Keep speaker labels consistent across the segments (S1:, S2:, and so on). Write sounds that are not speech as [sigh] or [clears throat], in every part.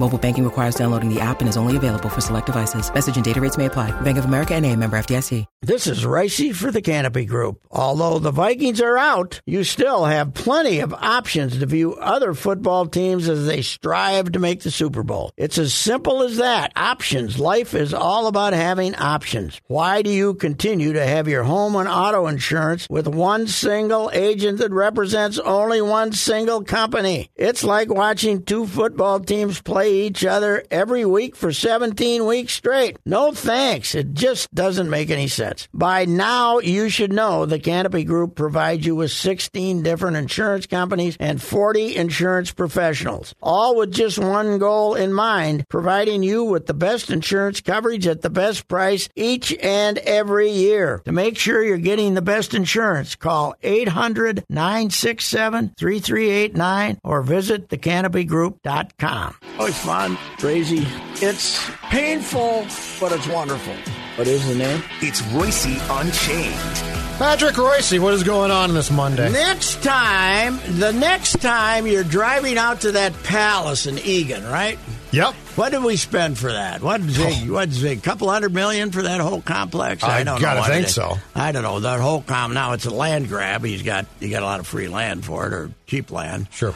S1: Mobile banking requires downloading the app and is only available for select devices. Message and data rates may apply. Bank of America and a member FDIC.
S2: This is Ricey for the Canopy Group. Although the Vikings are out, you still have plenty of options to view other football teams as they strive to make the Super Bowl. It's as simple as that. Options. Life is all about having options. Why do you continue to have your home and auto insurance with one single agent that represents only one single company? It's like watching two football teams play each other every week for 17 weeks straight. No thanks. It just doesn't make any sense. By now, you should know the Canopy Group provides you with 16 different insurance companies and 40 insurance professionals, all with just one goal in mind providing you with the best insurance coverage at the best price each and every year. To make sure you're getting the best insurance, call 800 967 3389 or visit thecanopygroup.com. Oh, it's fun, crazy. It's painful, but it's wonderful. What is the name?
S3: It's Royce Unchained.
S4: Patrick Royce, what is going on this Monday?
S2: Next time, the next time you're driving out to that palace in Egan, right?
S4: Yep.
S2: What did we spend for that? What zig? What zig? Couple hundred million for that whole complex? I,
S4: Oh. I
S2: don't
S4: gotta
S2: know. what
S4: think
S2: it is.
S4: so.
S2: I don't know. That whole com now it's a land grab. He's got he got a lot of free land for it or cheap land.
S4: Sure.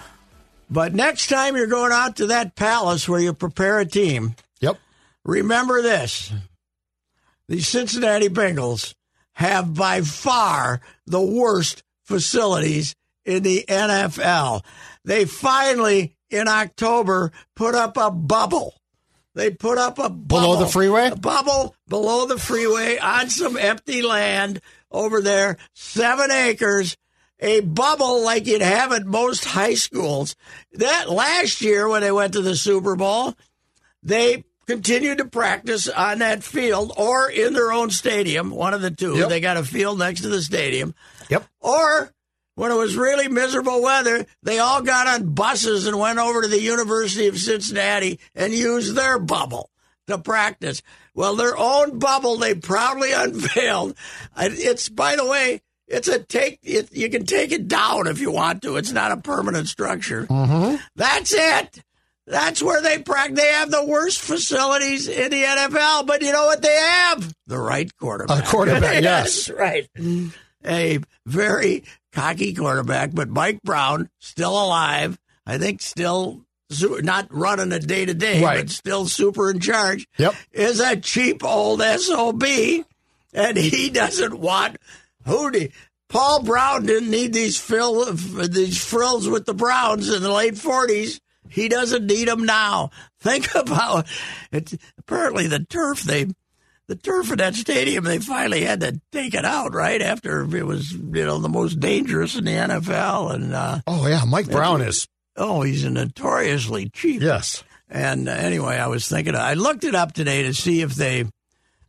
S2: But next time you're going out to that palace where you prepare a team,
S4: Yep.
S2: remember this the Cincinnati Bengals have by far the worst facilities in the NFL. They finally, in October, put up a bubble. They put up a bubble.
S4: Below the freeway?
S2: A bubble below the freeway on some empty land over there, seven acres. A bubble like you'd have at most high schools. That last year when they went to the Super Bowl, they continued to practice on that field or in their own stadium, one of the two.
S4: Yep.
S2: They got a field next to the stadium.
S4: Yep.
S2: Or when it was really miserable weather, they all got on buses and went over to the University of Cincinnati and used their bubble to practice. Well, their own bubble they proudly [laughs] unveiled. And It's, by the way, it's a take. It, you can take it down if you want to. It's not a permanent structure.
S4: Mm-hmm.
S2: That's it. That's where they practice. They have the worst facilities in the NFL, but you know what they have? The right quarterback. [laughs]
S4: A quarterback, yes.
S2: That's right. A very cocky quarterback, but Mike Brown still alive. I think still su- not running a day to day,
S4: Right.
S2: but still super in charge.
S4: Yep.
S2: Is a cheap old SOB, and he [laughs] doesn't want who do Paul Brown didn't need these fill these frills with the Browns in the late forties. He doesn't need them now. Think [laughs] about it. Apparently, the turf they the turf in that stadium they finally had to take it out right after it was you know the most dangerous in the NFL and uh,
S4: Oh, yeah. Mike Brown is.
S2: oh he's a notoriously cheap
S4: Yes.
S2: and uh, anyway, I was thinking, I looked it up today to see if they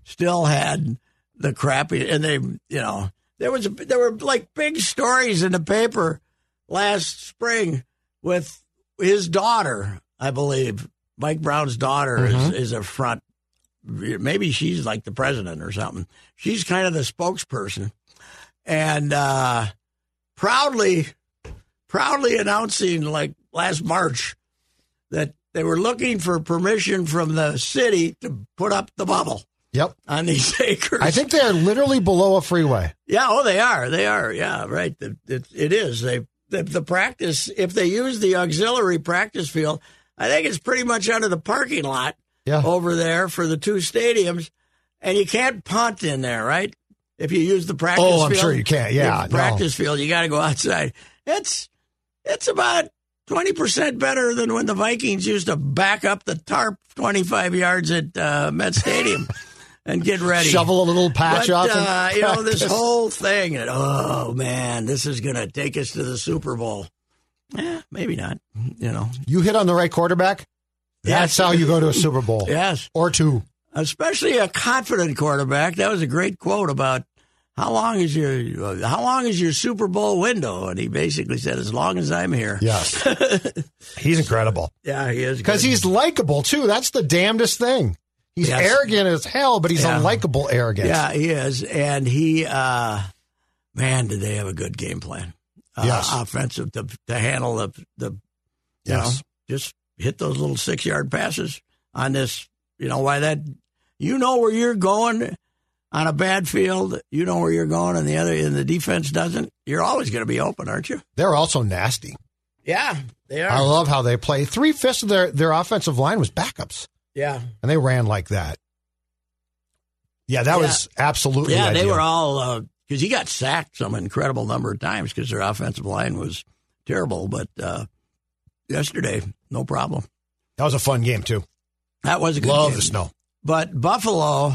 S2: still had the crappy, and they, you know, there was there were like big stories in the paper last spring with his daughter, I believe. Mike Brown's daughter is, is a front. Maybe she's like the president or something. She's kind of the spokesperson, and uh, proudly, proudly announcing like last March that they were looking for permission from the city to put up the bubble
S4: Yep.
S2: on these [laughs] acres.
S4: I think they are literally below a freeway.
S2: Yeah, oh, they are. They are. Yeah, right. The- It, it is. They the, the practice. If they use the auxiliary practice field, I think it's pretty much under the parking lot
S4: Yeah.
S2: over there for the two stadiums, and you can't punt in there, right? If you use the practice
S4: Oh, I'm
S2: field,
S4: sure you can't. Yeah,
S2: if it's
S4: no.
S2: practice field, you got to go outside. It's it's about 20% better than when the Vikings used to back up the tarp 25 yards at uh, Met
S4: [laughs]
S2: Stadium and get ready.
S4: Shovel a little patch
S2: but,
S4: off.
S2: Uh,
S4: and
S2: you know,
S4: [laughs]
S2: this
S4: practice.
S2: whole thing, and, oh, man, this is going to take us to the Super Bowl. Eh, maybe not, you know.
S4: You hit on the right quarterback.
S2: Yes.
S4: That's how you go to a Super Bowl.
S2: Yes.
S4: Or two.
S2: especially a confident quarterback. That was a great quote about how long is your uh, how long is your Super Bowl window? And he basically said, as long as I'm here.
S4: Yes. He's incredible.
S2: [laughs] yeah he is
S4: Because
S2: good.
S4: he's likable, too. That's the damnedest thing. He's
S2: Yes.
S4: arrogant as hell, but he's
S2: Yeah.
S4: a likable arrogance.
S2: yeah he is, and he uh, man, did they have a good game plan? Uh,
S4: Yes.
S2: offensive to to handle the the you
S4: Yes.
S2: know just hit those little six yard passes on this. You know why that? You know where you're going. On a bad field, you know where you're going, and the other, and the defense doesn't. You're always going to be open, aren't you?
S4: They're also nasty.
S2: Yeah, they
S4: I love how they play. Three fifths of their, their offensive line was backups,
S2: yeah,
S4: and they ran like that. Yeah, that
S2: Yeah.
S4: was absolutely.
S2: yeah, they
S4: ideal.
S2: were all because he got sacked some incredible number of times because their offensive line was terrible. But uh, yesterday, no problem.
S4: That was a fun game too.
S2: That was a good
S4: Love
S2: game.
S4: the snow.
S2: But Buffalo,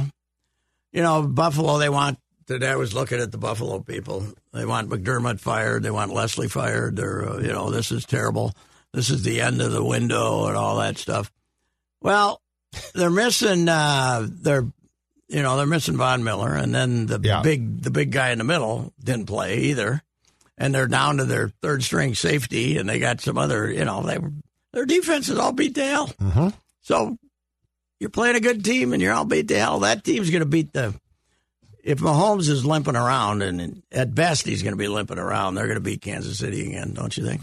S2: you know, Buffalo, they want. Today I was looking at the Buffalo people. They want McDermott fired. They want Leslie fired. They're, uh, you know, this is terrible. This is the end of the window and all that stuff. Well, they're missing. Uh, they're, you know, they're missing Von Miller, and then the
S4: Yeah.
S2: big, the big guy in the middle didn't play either, and they're down to their third string safety, and they got some other. You know, they their defense is all beat to hell.
S4: Mm-hmm.
S2: So you're playing a good team, and you're all beat to hell. That team's going to beat the. If Mahomes is limping around, and at best he's going to be limping around, they're going to beat Kansas City again, don't you think?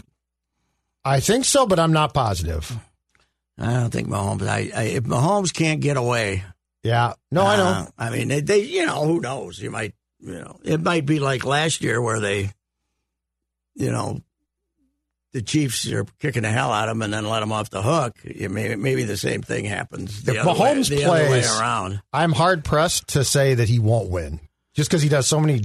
S4: I think so, but I'm not positive.
S2: I don't think Mahomes. I, I if Mahomes can't get away,
S4: Yeah, no, Oh, I
S2: uh,
S4: know.
S2: I mean, they, they, you know, who knows? You might, you know, it might be like last year where they, you know, the Chiefs are kicking the hell out of them and then let them off the hook. It may, maybe the same thing happens. The
S4: If
S2: other way,
S4: Mahomes
S2: the other way
S4: plays-
S2: around.
S4: I'm hard pressed to say that he won't win, just because he does so many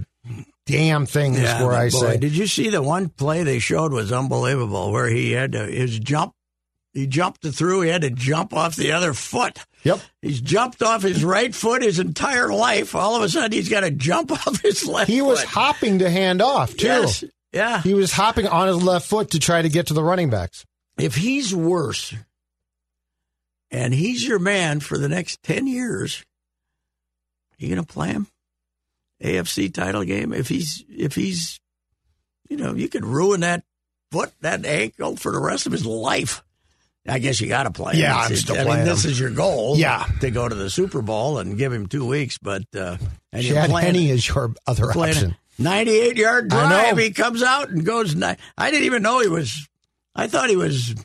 S4: damn things. where
S2: but
S4: I
S2: boy,
S4: say,
S2: did you see the one play they showed was unbelievable, where he had to, his jump, he jumped through, he had to jump off the other foot. [laughs]
S4: yep,
S2: He's jumped off his right foot his entire life. All of a sudden, he's got to jump [laughs] off his left.
S4: he was
S2: foot.
S4: hopping to hand off too.
S2: Yes. Yeah.
S4: He was hopping on his left foot to try to get to the running backs.
S2: If he's worse, and he's your man for the next ten years, you gonna play him? AFC title game. If he's if he's, you know, you could ruin that foot, that ankle for the rest of his life. I guess you got to play. him.
S4: Yeah,
S2: It's-
S4: I'm
S2: it's-
S4: still
S2: I mean,
S4: playing
S2: this
S4: him.
S2: is your goal.
S4: Yeah.
S2: to go to the Super Bowl and give him two weeks, but uh, and you're
S4: Chad
S2: playing-
S4: Henne is your other
S2: playing
S4: option.
S2: a 98 yard
S4: I know.
S2: drive. He comes out and goes. ni- I didn't even know he was. I thought he was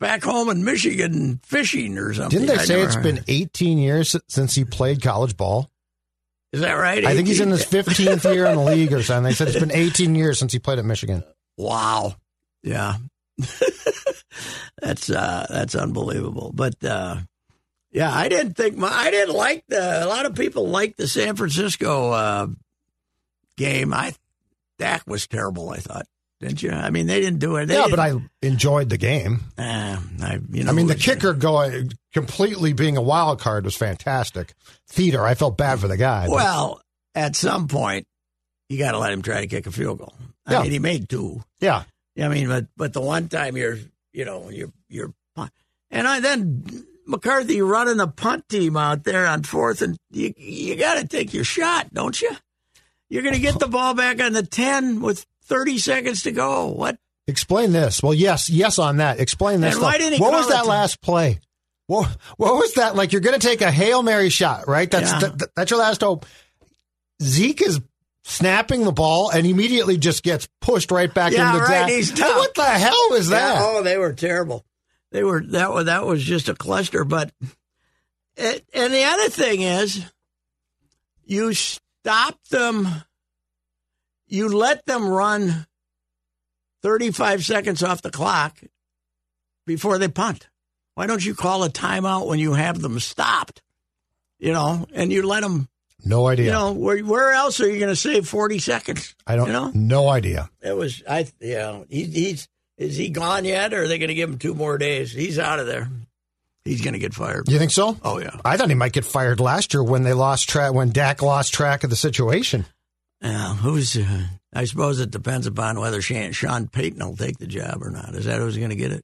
S2: back home in Michigan fishing or something.
S4: Didn't they
S2: I
S4: say
S2: never
S4: it's
S2: heard.
S4: been 18 years si- since he played college ball?
S2: Is that right?
S4: I think he's in
S2: 18?
S4: his 15th year in the league or something. They said it's been 18 years since he played at Michigan.
S2: Wow. Yeah. [laughs] that's uh that's unbelievable. But uh yeah, I didn't think my I didn't like the a lot of people liked the San Francisco uh game. I Dak was terrible, I thought. Didn't you? I mean, they didn't do it. They
S4: yeah, but
S2: didn't-
S4: I enjoyed the game.
S2: Uh, I, you know,
S4: I mean, the
S2: it's-
S4: kicker going completely being a wild card was fantastic. Theater, I felt bad for the guy. but-
S2: Well, at some point, you got to let him try to kick a field goal. I
S4: Yeah.
S2: mean, he made two.
S4: yeah,
S2: I mean, but but the one time you're, you know, you're you're, and I then McCarthy running the punt team out there on fourth, and you you got to take your shot, don't you? You're going to get the ball back on the ten with thirty seconds to go. What?
S4: explain this. Well, yes, yes on that. Explain
S2: And
S4: this. stuff.
S2: why didn't he
S4: what
S2: call
S4: was
S2: it
S4: that
S2: to-
S4: last play? What, what was that like? You're going to take a hail mary shot, right? That's
S2: Yeah.
S4: that- that- that's your last hope. Zeke is snapping the ball and immediately just gets pushed right back
S2: Yeah,
S4: into
S2: right,
S4: that.
S2: he's down.
S4: What the hell was that?
S2: Yeah, oh, they were terrible. They were that was that was just a cluster. But it, and the other thing is, you stop them. You let them run thirty-five seconds off the clock before they punt. Why don't you call a timeout when you have them stopped? You know, and you let them.
S4: No idea.
S2: You know, where, where else are you going to save 40 seconds?
S4: I don't
S2: You know,
S4: No idea.
S2: it was, I, you know, he, he's, is he gone yet or are they going to give him two more days? He's out of there. He's going to get fired.
S4: You think so?
S2: Oh, yeah.
S4: I thought he might get fired last year when they lost track when Dak lost track of the situation.
S2: Yeah. Who's, uh, I suppose it depends upon whether Sean, Sean Payton will take the job or not. Is that who's going to get it?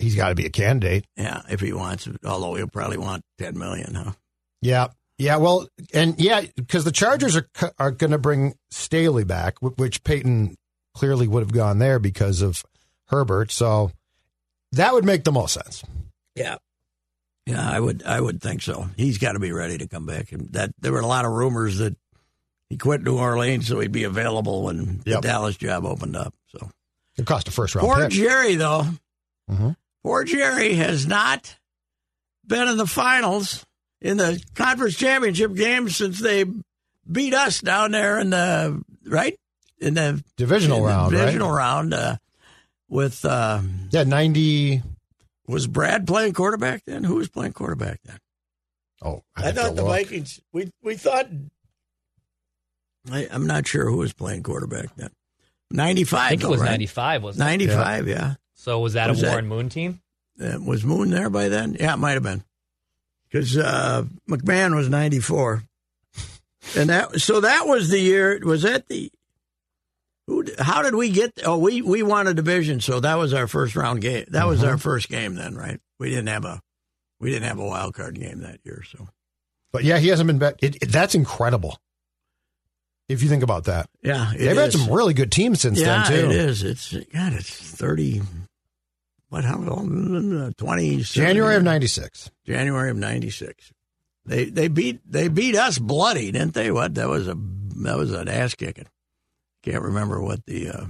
S4: He's got to be a candidate.
S2: Yeah, if he wants it, although he'll probably want 10 million, huh?
S4: Yeah. Yeah, well, and yeah, because the Chargers are c- are going to bring Staley back, wh- which Peyton clearly would have gone there because of Herbert. So that would make the most sense.
S2: Yeah. Yeah, I would I would think so. He's got to be ready to come back. And that there were a lot of rumors that he quit New Orleans so he'd be available when
S4: Yep.
S2: the Dallas job opened up. So
S4: It cost a first round
S2: poor
S4: pick.
S2: Jerry though.
S4: Mhm.
S2: Poor Jerry has not been in the finals in the conference championship game since they beat us down there in the right in the
S4: Divisional
S2: in the
S4: round,
S2: divisional
S4: right?
S2: round uh, with uh,
S4: Yeah, 90.
S2: was Brad playing quarterback then? Who was playing quarterback then?
S4: Oh,
S2: I
S4: have to
S2: thought the
S4: look.
S2: Vikings. We we thought. I, I'm not sure who was playing quarterback then. Ninety five.
S5: I think it was
S2: right?
S5: 95, wasn't it?
S2: Ninety five. Yeah.
S5: So was that
S2: Was
S5: a
S2: that-
S5: Warren Moon team?
S2: Uh, was Moon there by then? Yeah, it might have been. Because uh, McMahon was ninety four, [laughs] and that so that was the year. Was that the? Who? d- How did we get? Oh, we we won a division, so that was our first round game. That was
S4: Uh-huh.
S2: our first game then, right? We didn't have a, we didn't have a wild card game that year, so.
S4: But yeah, he hasn't been back. It, it- that's incredible. If you think about that,
S2: Yeah, it
S4: they've had
S2: is.
S4: some really good teams since
S2: yeah,
S4: then too.
S2: it is. It's God. It's thirty. What? How long? Twenty.
S4: January of '96.
S2: January of ninety six. They they beat they beat us bloody, didn't they? What? That was a that was an ass kicking. Can't remember what the, uh,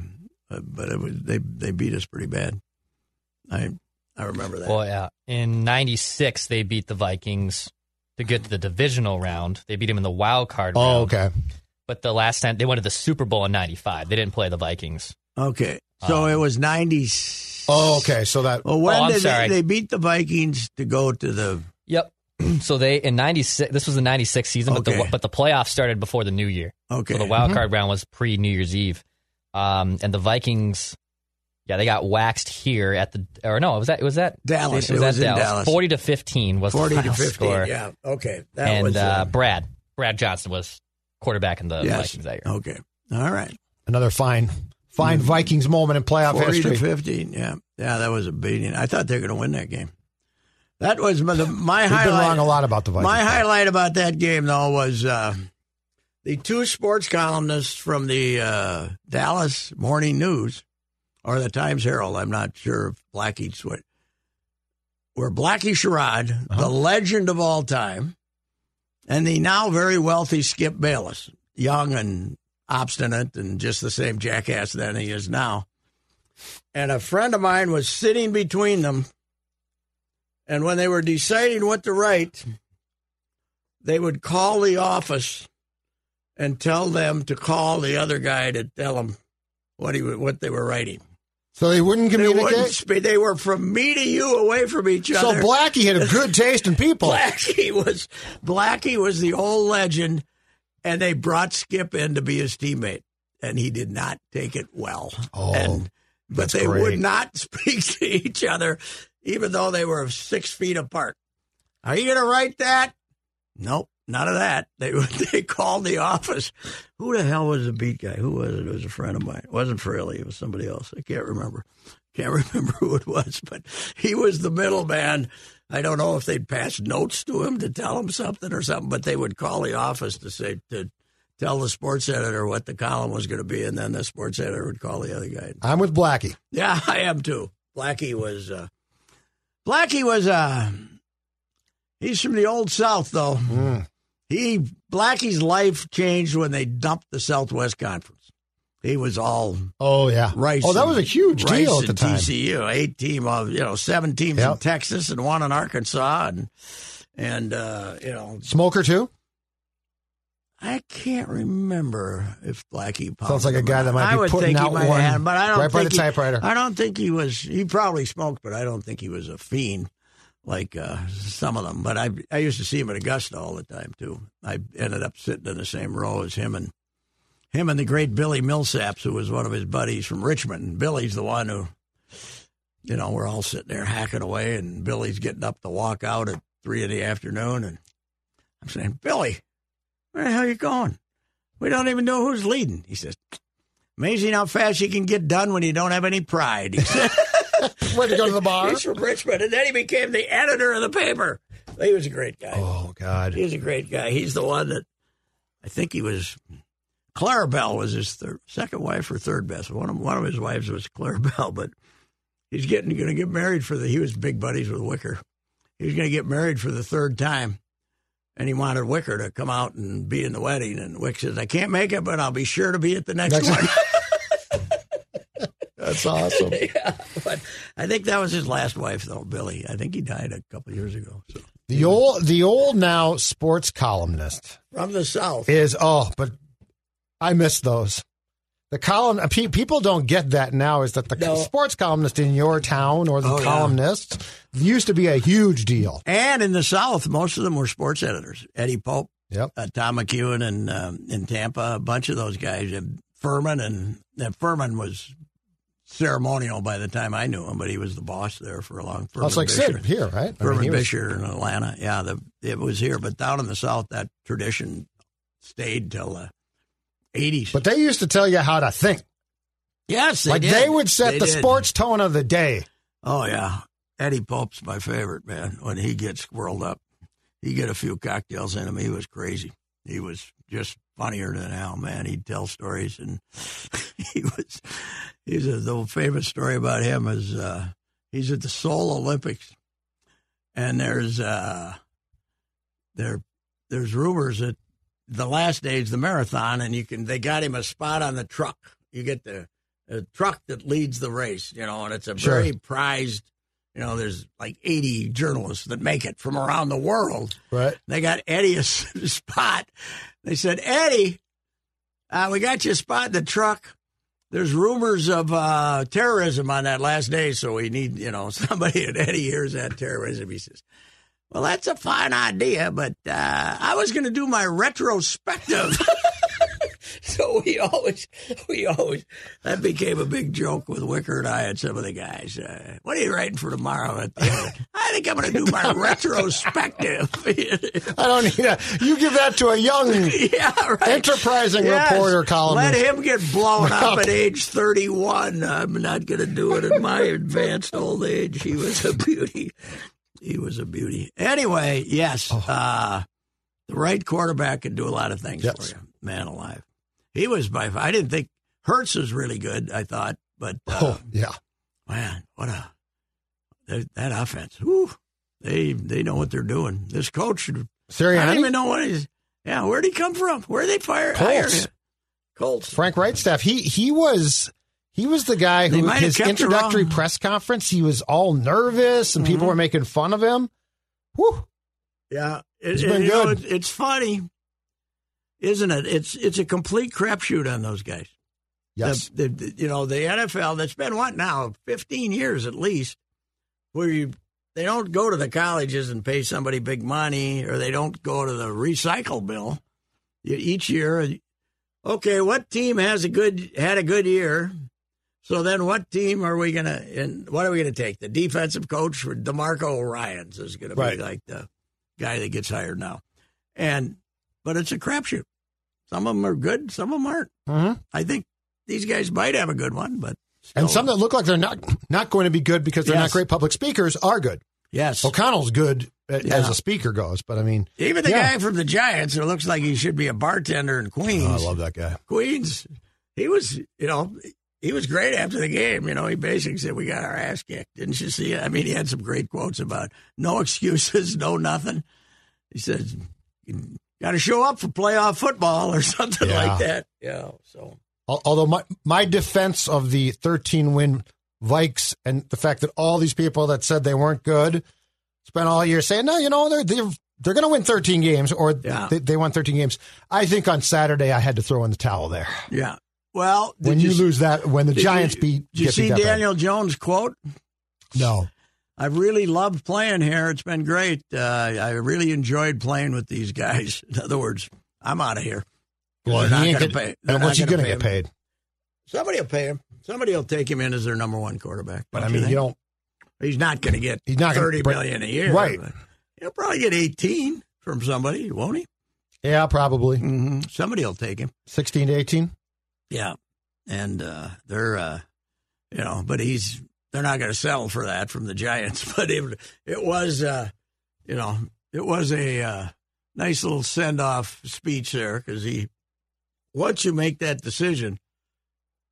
S2: uh, but it was they they beat us pretty bad. I I remember that.
S5: Well, yeah. In 96, they beat the Vikings to get to the divisional round. They beat them in the wild card round.
S4: Oh, okay.
S5: But the last time they went to the Super Bowl in 95, they didn't play the Vikings.
S2: okay, so
S5: Um,
S2: it was ninety.
S4: Oh, okay. So that
S2: Well, when
S5: Oh, I'm
S2: did they,
S5: sorry.
S2: they beat the Vikings to go to the?
S5: Yep. [clears throat] so they in 96 this was the 96 season but
S2: Okay.
S5: the but the playoffs started before the new year.
S2: Okay, Mm-hmm.
S5: So the wild card round was pre New Year's Eve. Um, and the Vikings yeah, they got waxed here at the or no, it was that it was that
S2: Dallas.
S5: It was,
S2: It
S5: at
S2: was in
S5: Dallas.
S2: Dallas.
S5: 40 to 15 was
S2: forty to
S5: the final
S2: fifteen.
S5: score.
S2: Yeah, okay. That
S5: and
S2: was
S5: uh, Brad Brad Johnson was quarterback in the
S2: Yes. Oh,
S5: Vikings that year.
S2: Okay. All right.
S4: another fine, fine Vikings moment in playoff
S2: 40 Mm. to
S4: history.
S2: 15. Yeah. Yeah, that was a beating. I thought they were going to win that game. That was my, the, my
S4: We've
S2: highlight.
S4: been wrong a lot about the Vikings.
S2: My highlight about that game, though, was uh, the two sports columnists from the uh, Dallas Morning News or the Times Herald. I'm not sure if Blackie switched. Were Blackie Sherrod,
S4: Uh-huh.
S2: the legend of all time, and the now very wealthy Skip Bayless, young and obstinate and just the same jackass then he is now. And a friend of mine was sitting between them. And when they were deciding what to write, they would call the office and tell them to call the other guy to tell him what he wa- what they were writing.
S4: So they wouldn't
S2: They, wouldn't
S4: communicate.
S2: spe- they were from me to you away from each
S4: So
S2: other. [laughs]
S4: Blackie had a good taste in people.
S2: Blackie was Blackie was the old legend, and they brought Skip in to be his teammate, and he did not take it well.
S4: Oh,
S2: and, but
S4: that's
S2: they
S4: great.
S2: would not [laughs] speak to each other, even though they were six feet apart. Are you going to write that? Nope, none of that. They [laughs] they called the office. Who the hell was the beat guy? Who was it? It was a friend of mine. It wasn't Fraley. It was somebody else. I can't remember. Can't [laughs] remember who it was, but he was the middleman. I don't know if they'd pass notes to him to tell him something or something, but they would call the office to say to tell the sports editor what the column was going to be, and then the sports editor would call the other guy.
S4: I'm with Blackie.
S2: Yeah, [laughs] I am too. Blackie was uh, Blackie was uh, he's from the old South though.
S4: Mm.
S2: He Blackie's life changed when they dumped the Southwest Conference. He was all
S4: Oh yeah.
S2: rice.
S4: Oh, that
S2: and-
S4: was a huge
S2: rice
S4: deal at the
S2: and
S4: time.
S2: TCU, eight team of you know seven teams in
S4: Yep.
S2: Texas and one in Arkansas and and uh, you know
S4: Smoker too.
S2: I can't remember if Blackie pounded
S4: Sounds like a
S2: him or
S4: guy that
S2: not.
S4: might be
S2: I would
S4: putting
S2: think
S4: out
S2: he might
S4: one
S2: have, but I don't
S4: right by
S2: think
S4: the
S2: he-
S4: typewriter.
S2: I don't think he was. He probably smoked, but I don't think he was a fiend like uh, some of them. But I I used to see him at Augusta all the time too. I ended up sitting in the same row as him and him and the great Billy Millsaps, who was one of his buddies from Richmond. Billy's the one who, you know, we're all sitting there hacking away, and Billy's getting up to walk out at three in the afternoon, and I'm saying, Billy, where the hell are you going? We don't even know who's leading. He says, Amazing how fast you can get done when you don't have any pride. He said.
S4: Went to go to the bar.
S2: He's from Richmond, and then he became the editor of the paper. He was a great guy.
S4: [laughs] Oh
S2: He
S4: God.
S2: was a great guy. He's the one that I think he was. Clarabelle was his third, second wife or third best. One of one of his wives was [laughs] Clarabelle, but he's getting going to get married for the. He was big buddies with Wicker. He was going to get married for the third time, and he wanted Wicker to come out and be in the wedding. And Wick says, "I can't make it, but I'll be sure to be at the next
S4: Next
S2: one." [laughs]
S4: That's awesome.
S2: yeah, but I think that was his last wife, though, Billy. I think he died a couple years ago. So
S4: The old the old now sports columnist
S2: from the south,
S4: is oh, but I miss those. The column uh, pe- people don't get that now is that the
S2: No.
S4: sports columnist in your town or the
S2: Oh, yeah.
S4: columnist used to be a huge deal.
S2: and in the south, most of them were sports editors. Eddie Pope,
S4: Yep.
S2: uh, Tom McEwen, and um, in Tampa, a bunch of those guys. And Furman and and Furman was ceremonial by the time I knew him, but he was the boss there for a long.
S4: I was like
S2: Fisher.
S4: Sid here, right? I mean,
S2: Furman
S4: he was-
S2: Fisher in Atlanta. Yeah, the, it was here, but down in the south, that tradition stayed till the eighties.
S4: but they used to tell you how to think.
S2: yes, they
S4: like
S2: did.
S4: they would set
S2: They
S4: the
S2: did.
S4: sports tone of the day.
S2: Oh yeah, Eddie Pope's my favorite man. When he gets whirled up, he get a few cocktails in him. He was crazy. He was just funnier than hell, man. He'd tell stories, and [laughs] he was. He's a, the famous story about him is uh, he's at the Seoul Olympics, and there's uh, there there's rumors that the last day's the marathon, and you can they got him a spot on the truck. You get the, the truck that leads the race, you know, and it's a
S4: Sure.
S2: very prized. You know, there's like 80 journalists that make it from around the world.
S4: Right.
S2: They got Eddie a [laughs] s- spot. They said, Eddie, uh, we got you a spot in the truck. There's rumors of uh, terrorism on that last day, so we need, you know, [laughs] somebody. And Eddie hears that terrorism. He says, Well, that's a fine idea, but uh, I was going to do my retrospective. [laughs] so we always, we always, that became a big joke with Wicker and I and some of the guys. Uh, what are you writing for tomorrow? [laughs] At the end? I think I'm going to do my retrospective. [laughs]
S4: I don't need a. You give that to a young
S2: yeah, [laughs] right.
S4: enterprising
S2: Yes.
S4: reporter columnist.
S2: Let him get blown up at age 31. I'm not going to do it in my advanced old age. He was a beauty. He was a beauty. Anyway, yes,
S4: Oh.
S2: uh, the right quarterback can do a lot of things
S4: Yes.
S2: for you. Man alive. He was by far. I didn't think Hertz was really good, I thought, but uh,
S4: Oh yeah.
S2: man, what a that, that offense. Whew, they they know what they're doing. This coach I don't
S4: Sirianni,
S2: even know what he's. Yeah, where'd he come from? Where'd they fire? hire
S4: Colts.
S2: him? Colts.
S4: Frank Wrightstaff. He he was he was the guy
S2: They
S4: who
S2: might have
S4: his
S2: kept it
S4: introductory
S2: wrong. Mm-hmm.
S4: press conference. He was all nervous and people were making fun of him. Whew.
S2: Yeah,
S4: He's been
S2: you know,
S4: good.
S2: it's- it's funny, isn't it? It's it's a complete crapshoot on those guys.
S4: Yes.
S2: The, the, you know, the NFL that's been what now, 15 years at least, where you they don't go to the colleges and pay somebody big money or they don't go to the recycle bill. You, each year, okay, what team has a good had a good year? So then what team are we going to and what are we going to take? The defensive coach for DeMarco Ryans is going to
S4: Right.
S2: be like the guy that gets hired now. And but it's a crapshoot. Some of them are good, some of them aren't.
S4: Mhm.
S2: I think these guys might have a good one, but still-
S4: And some that look like they're not not going to be good because they're
S2: Yes.
S4: not great public speakers are good.
S2: yes,
S4: O'Connell's good a- as
S2: Yeah.
S4: a speaker goes, but I mean,
S2: even the
S4: Yeah.
S2: guy from the Giants who looks like he should be a bartender in Queens.
S4: oh, I love that guy.
S2: Queens, he was, you know, he was great after the game. You know, he basically said, "We got our ass kicked." Didn't you see? it? I mean, he had some great quotes about no [laughs] excuses, no nothing. He says, "Got to show up for playoff football or [laughs] something
S4: Yeah.
S2: like that." Yeah. So
S4: Al- Although my my defense of the 13 win Vikes and the fact that all these people that said they weren't good spent all year saying, no, you know, they're they're, they're going to win 13 games or
S2: Yeah.
S4: they, they won 13 games. I think on Saturday I had to throw in the towel there.
S2: yeah. Well, did
S4: when you,
S2: s-
S4: lose that, when the
S2: did
S4: Giants
S2: you-
S4: beat,
S2: Did you
S4: get beat
S2: see
S4: that bad.
S2: Daniel Jones' quote?
S4: No,
S2: I've really loved playing here. It's been great. Uh, I really enjoyed playing with these guys. [laughs] In other words, I'm out of here.
S4: Well,
S2: They're not
S4: he ain't
S2: gonna
S4: get-
S2: pay- they're
S4: And what's he
S2: not
S4: going
S2: gonna
S4: to get
S2: pay him.
S4: paid?
S2: Somebody will pay him. Somebody will take him in as their number one quarterback.
S4: But
S2: don't
S4: I
S2: you
S4: mean, you
S2: think?
S4: don't.
S2: he's not going to get
S4: He's not gonna-
S2: thirty
S4: but-
S2: million a year.
S4: right.
S2: but He'll probably get 18 from somebody, won't he?
S4: Yeah, probably
S2: Mm-hmm. Somebody will take him.
S4: sixteen to eighteen.
S2: Yeah, and uh, they're uh, you know, but he's they're not going to settle for that from the Giants. [laughs] But it it was uh, you know it was a uh, nice little send off speech there because he once you make that decision,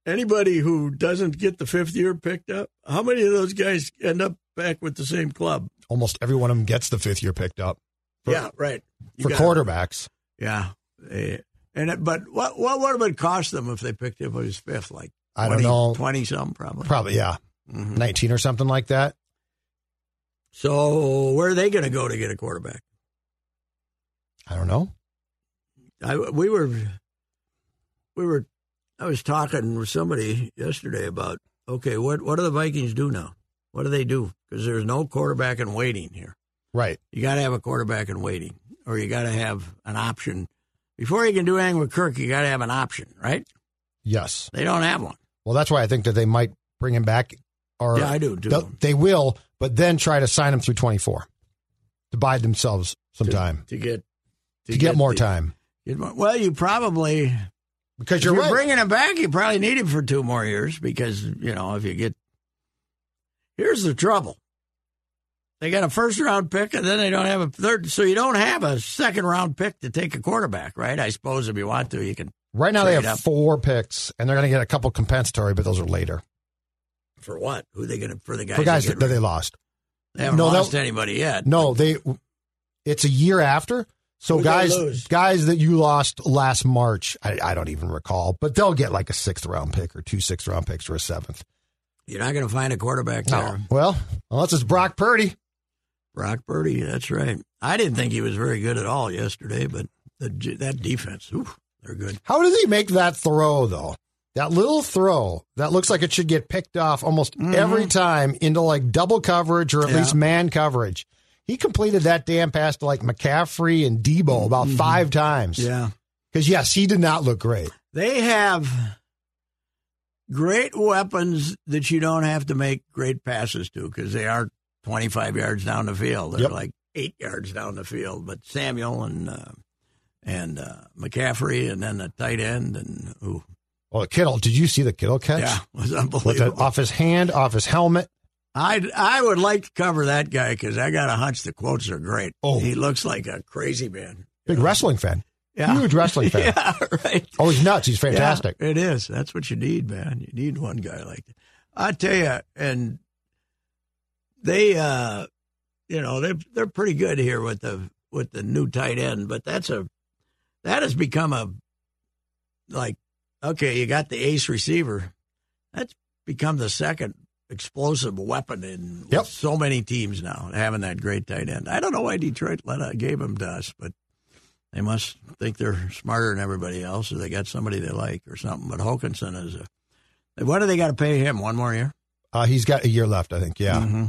S2: anybody who doesn't get the fifth year picked up, how many of those guys end up back with the same club?
S4: Almost every one of them gets the fifth year picked up For-
S2: yeah, right. You
S4: for
S2: gotta-
S4: quarterbacks.
S2: Yeah. They- and it, but what what would have it cost them if they picked him as fifth? Like
S4: I don't know.
S2: twenty something probably.
S4: Probably yeah,
S2: Mhm.
S4: nineteen or something like that.
S2: So where are they going to go to get a quarterback?
S4: I don't know.
S2: I, we were, we were, I was talking with somebody yesterday about okay, what what do the Vikings do now? What do they do? Because there's no quarterback in waiting here.
S4: Right.
S2: You got to have a quarterback in waiting, or you got to have an option before you can do anything with Kirk. You got to have an option, right?
S4: Yes.
S2: They don't have one.
S4: Well, that's why I think that they might bring him back. Or
S2: Yeah, I do, too.
S4: They'll- They will, but then try to sign him through twenty four to buy themselves some time
S2: to get
S4: to, get, more
S2: the-
S4: time.
S2: get more- well, you probably
S4: Because
S2: If
S4: you're,
S2: you're
S4: right.
S2: bringing him back, you probably need him for two more years because you know if you get. Here's the trouble. They got a first round pick, and then they don't have a third, so you don't have a second round pick to take a quarterback, right? I suppose if you want to, you can
S4: right now they
S2: Trade
S4: have
S2: up.
S4: four picks, and they're going to get a couple compensatory, but those are later
S2: for what? Who they gonna for the guys?
S4: for guys
S2: they,
S4: that,
S2: get
S4: that
S2: rid-
S4: they lost.
S2: they haven't
S4: no, that-
S2: lost anybody yet.
S4: No, they. It's a year after. So
S2: Who'd they
S4: guys,
S2: lose?
S4: guys that you lost last March, I, I don't even recall, but they'll get like a sixth round pick or two sixth round picks or a seventh.
S2: You're not gonna find a quarterback there.
S4: Well, unless it's Brock Purdy,
S2: Brock Purdy, that's right. I didn't think he was very good at all yesterday, but the, that defense, oof, they're good.
S4: How does he make that throw though? That little throw that looks like it should get picked off almost every time into like double coverage or at
S2: Mm-hmm. Yeah.
S4: least man coverage. He completed that damn pass to like McCaffrey and Debo about five times.
S2: Mm-hmm. Yeah.
S4: Because yes, he did not look great.
S2: They have great weapons that you don't have to make great passes to because they are 25 yards down the field. They're
S4: Yep.
S2: like eight yards down the field. But Samuel and uh, and uh, McCaffrey and then the tight end and ooh,
S4: Well, Kittle, did you see the Kittle catch?
S2: yeah, [laughs] it was
S4: With it
S2: unbelievable.
S4: off his hand, off his helmet.
S2: I I would like to cover that guy because I got a hunch the quotes are great.
S4: Oh.
S2: he looks like a crazy man.
S4: Big wrestling fan.
S2: Yeah. [laughs]
S4: Huge wrestling fan.
S2: yeah, right.
S4: Oh, he's nuts. He's
S2: Yeah,
S4: fantastic.
S2: it is. That's what you need, man. You need one guy like that. I tell you, and they, uh you know, they they're pretty good here with the with the new tight end, but that's a that has become a like okay, you got the ace receiver. That's become the second explosive weapon in with
S4: Yep.
S2: so many teams now having that great tight end. I don't know why Detroit let uh, gave him to us, but they must think they're smarter than everybody else, or they got somebody they like, or something. But Hokinson is a. What do they got to pay him? One more year?
S4: Uh, he's got a year left, I think. Yeah.
S2: Mm-hmm.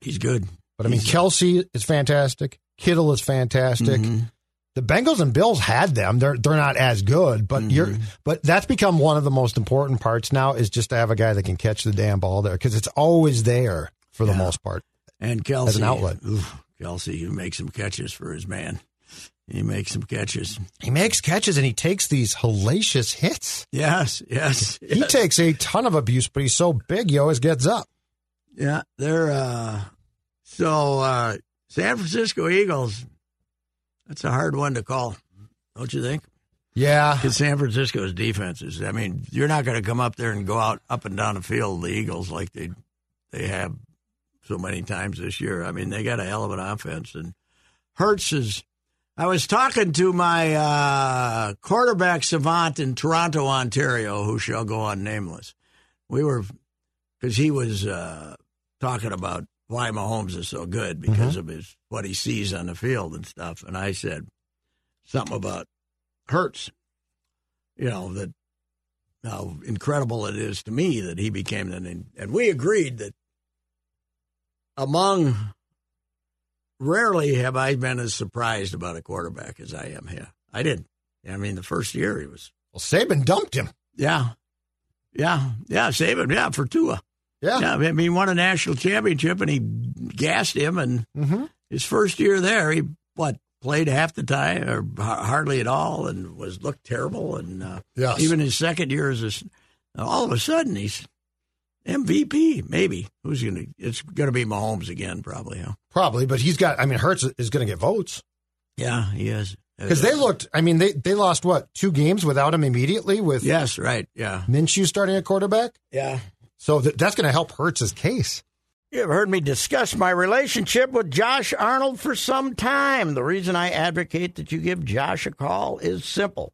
S2: He's good.
S4: But I mean,
S2: He's-
S4: Kelsey is fantastic. Kittle is fantastic.
S2: Mhm.
S4: The Bengals and Bills had them. They're they're not as good, but you're but that's become one of the most important parts now is just to have a guy that can catch the damn ball there because it's always there for the
S2: Yeah.
S4: most part.
S2: And Kelsey
S4: outlet.
S2: Oof, Kelsey, he makes some catches for his man. He makes some catches.
S4: He makes catches and he takes these hellacious hits.
S2: Yes, yes.
S4: He
S2: yes.
S4: takes a ton of abuse, but he's so big he always gets up.
S2: Yeah, they're uh so uh San Francisco Eagles. That's a hard one to call, don't you think?
S4: Yeah,
S2: Because San Francisco's defense is. I mean, you're not going to come up there and go out up and down the field the Eagles like they they have so many times this year. I mean, they got a hell of an offense, and Hertz is. I was talking to my uh, quarterback savant in Toronto, Ontario, who shall go on nameless. We were because he was uh, talking about why Mahomes is so good because of his what he sees on the field and stuff, and I said something about Hertz you know that how incredible it is to me that he became the and we agreed that among rarely have I been as surprised about a quarterback as I am here. I didn't. I mean, the first year he was.
S4: Well, Saban dumped him.
S2: Yeah. Yeah. Yeah. Saban. Yeah. For Tua.
S4: Yeah.
S2: Yeah. I mean, he won a national championship and he gassed him. And
S4: Mm-hmm.
S2: his first year there, he, what, played half the time or ha- hardly at all and was looked terrible. And uh,
S4: Yes.
S2: even his second year as a, s- all of a sudden he's MVP, maybe. Who's going to, it's going to be Mahomes again, probably. Huh?
S4: Probably, but he's got. I mean, Hertz is going to get votes
S2: Yeah. He is.
S4: because they looked. I mean, they they lost what two games without him immediately with
S2: Yes. Right. Yeah.
S4: Minshew starting a quarterback.
S2: Yeah.
S4: So th- that's going to help Hertz's case.
S6: You have heard me discuss my relationship with Josh Arnold for some time. The reason I advocate that you give Josh a call is simple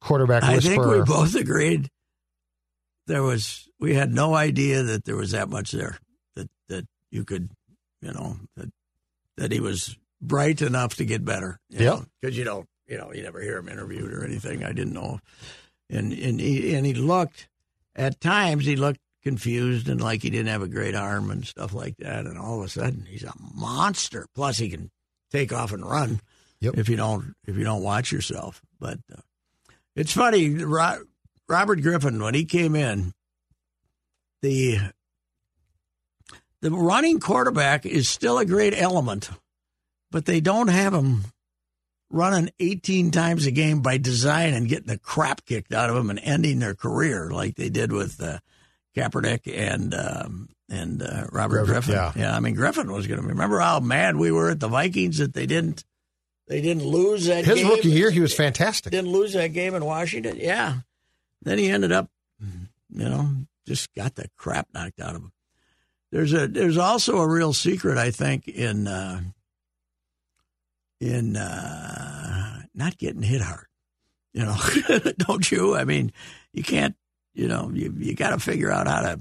S4: quarterback
S2: I
S4: whisperer?
S2: think we both agreed there was we had no idea that there was that much there that that you could you know that that he was bright enough to get better.
S4: Yeah.
S2: because you don't you know you never hear him interviewed or anything. I didn't know, and and he and he looked at times he looked confused and like he didn't have a great arm and stuff like that. And all of a sudden he's a monster. Plus he can take off and run
S4: Yep.
S2: if you don't if you don't watch yourself. But uh, it's funny, Ro- Robert Griffin when he came in, the the running quarterback is still a great element, but they don't have him running 18 times a game by design and getting the crap kicked out of them and ending their career like they did with uh, Kaepernick and um, and uh, Robert
S4: Griffin,
S2: Griffin.
S4: yeah.
S2: I mean Griffin was going to remember how mad we were at the Vikings that they didn't they didn't lose that
S4: His
S2: game.
S4: rookie year, he was fantastic.
S2: Didn't lose that game in Washington. Yeah. Then he ended up, you know, just got the crap knocked out of him. There's a there's also a real secret, I think, in uh, in uh, not getting hit hard. You know, [laughs] don't you? I mean, you can't. You know, you you got to figure out how to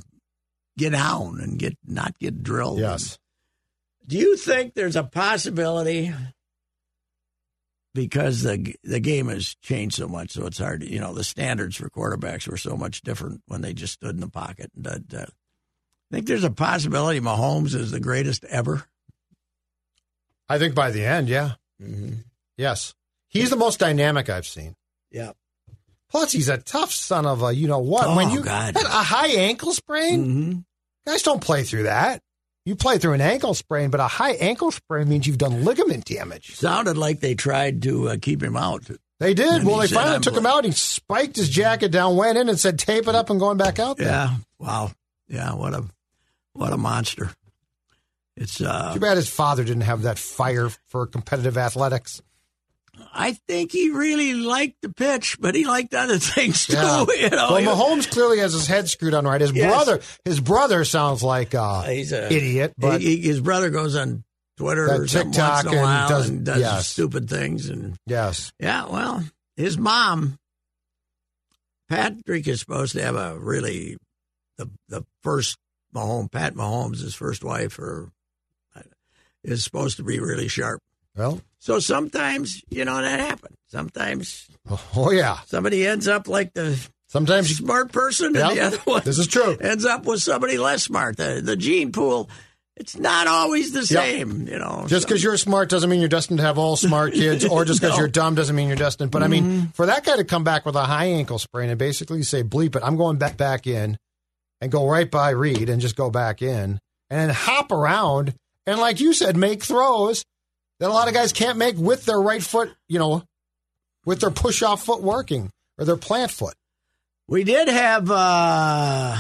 S2: get down and get not get drilled.
S4: Yes.
S2: Do you think there's a possibility because the the game has changed so much, so it's hard. To, you know, the standards for quarterbacks were so much different when they just stood in the pocket. And, uh, uh, I think there's a possibility Mahomes is the greatest ever.
S4: I think by the end, yeah.
S2: Mm-hmm.
S4: Yes. He's the most dynamic I've seen.
S2: Yeah.
S4: Plus, he's a tough son of a you know what.
S2: Oh,
S4: when you
S2: God.
S4: had a high ankle sprain,
S2: hmm
S4: guys don't play through that. You play through an ankle sprain, but a high ankle sprain means you've done ligament damage.
S2: Sounded like they tried to uh, keep him out.
S4: They did.
S2: And he
S4: well, they
S2: said,
S4: finally
S2: "I'm
S4: took him
S2: bl-
S4: out. He spiked his jacket down, went in, and said, "Tape it up," and going back out. There.
S2: Yeah. Wow. Yeah. What a what a monster. It's uh,
S4: Too bad his father didn't have that fire for competitive athletics.
S2: I think he really liked the pitch, but he liked other [laughs] things too.
S4: Yeah.
S2: [laughs] You know,
S4: well,
S2: He-
S4: Mahomes clearly has his head screwed on right. His
S2: Yes.
S4: brother, his brother sounds like uh,
S2: he's a
S4: idiot, but
S2: he, he- his brother goes on Twitter
S4: That
S2: or something once
S4: TikTok
S2: in
S4: and
S2: a while and
S4: does-
S2: does,
S4: yes.
S2: stupid things. And
S4: yes,
S2: yeah, well, his mom, Patrick, is supposed to have a really the the first Mahomes, Pat Mahomes, his first wife, or uh, is supposed to be really sharp.
S4: well, [laughs]
S2: So sometimes you know that happens. Sometimes
S4: oh yeah.
S2: somebody ends up like the
S4: Sometimes you,
S2: smart person, and the
S4: yeah,
S2: other one
S4: this is true.
S2: ends up with somebody less smart. The, the gene pool, it's not always the same, you know.
S4: Just because you're smart doesn't mean you're destined to have all smart kids, or just because
S2: No.
S4: you're dumb doesn't mean you're destined. But I mean, for that guy to come back with a high ankle sprain and basically say, "Bleep it, I'm going back back in," and go right by Reed and just go back in and then hop around and like you said, make throws that a lot of guys can't make with their right foot, you know, with their push off foot working or their plant foot.
S2: We did have uh,